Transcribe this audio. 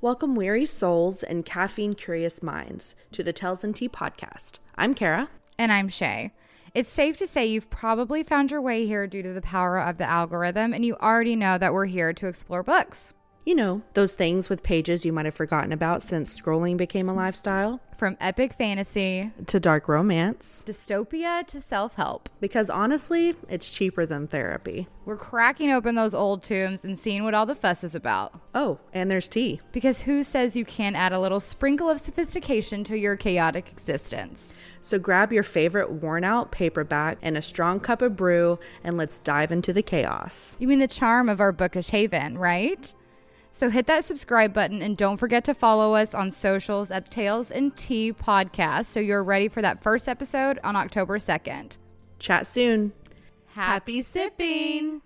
Welcome, weary souls and caffeine curious minds, to the Tells and Tea podcast. I'm Kara. And I'm Shay. It's safe to say you've probably found your way here due to the power of the algorithm, and you already know that we're here to explore books. You know, those things with pages you might have forgotten about since scrolling became a lifestyle, From epic fantasy, to dark romance, dystopia, to self help. because honestly, it's cheaper than therapy. We're cracking open those old tombs and seeing what all the fuss is about. Oh, and there's tea. Because who says you can't add a little sprinkle of sophistication to your chaotic existence? So grab your favorite worn out paperback and a strong cup of brew, and let's dive into the chaos. You mean the charm of our bookish haven, right? So hit that subscribe button and don't forget to follow us on socials at Tales and Tea Podcast so you're ready for that first episode on October 2nd. Chat soon. Happy sipping!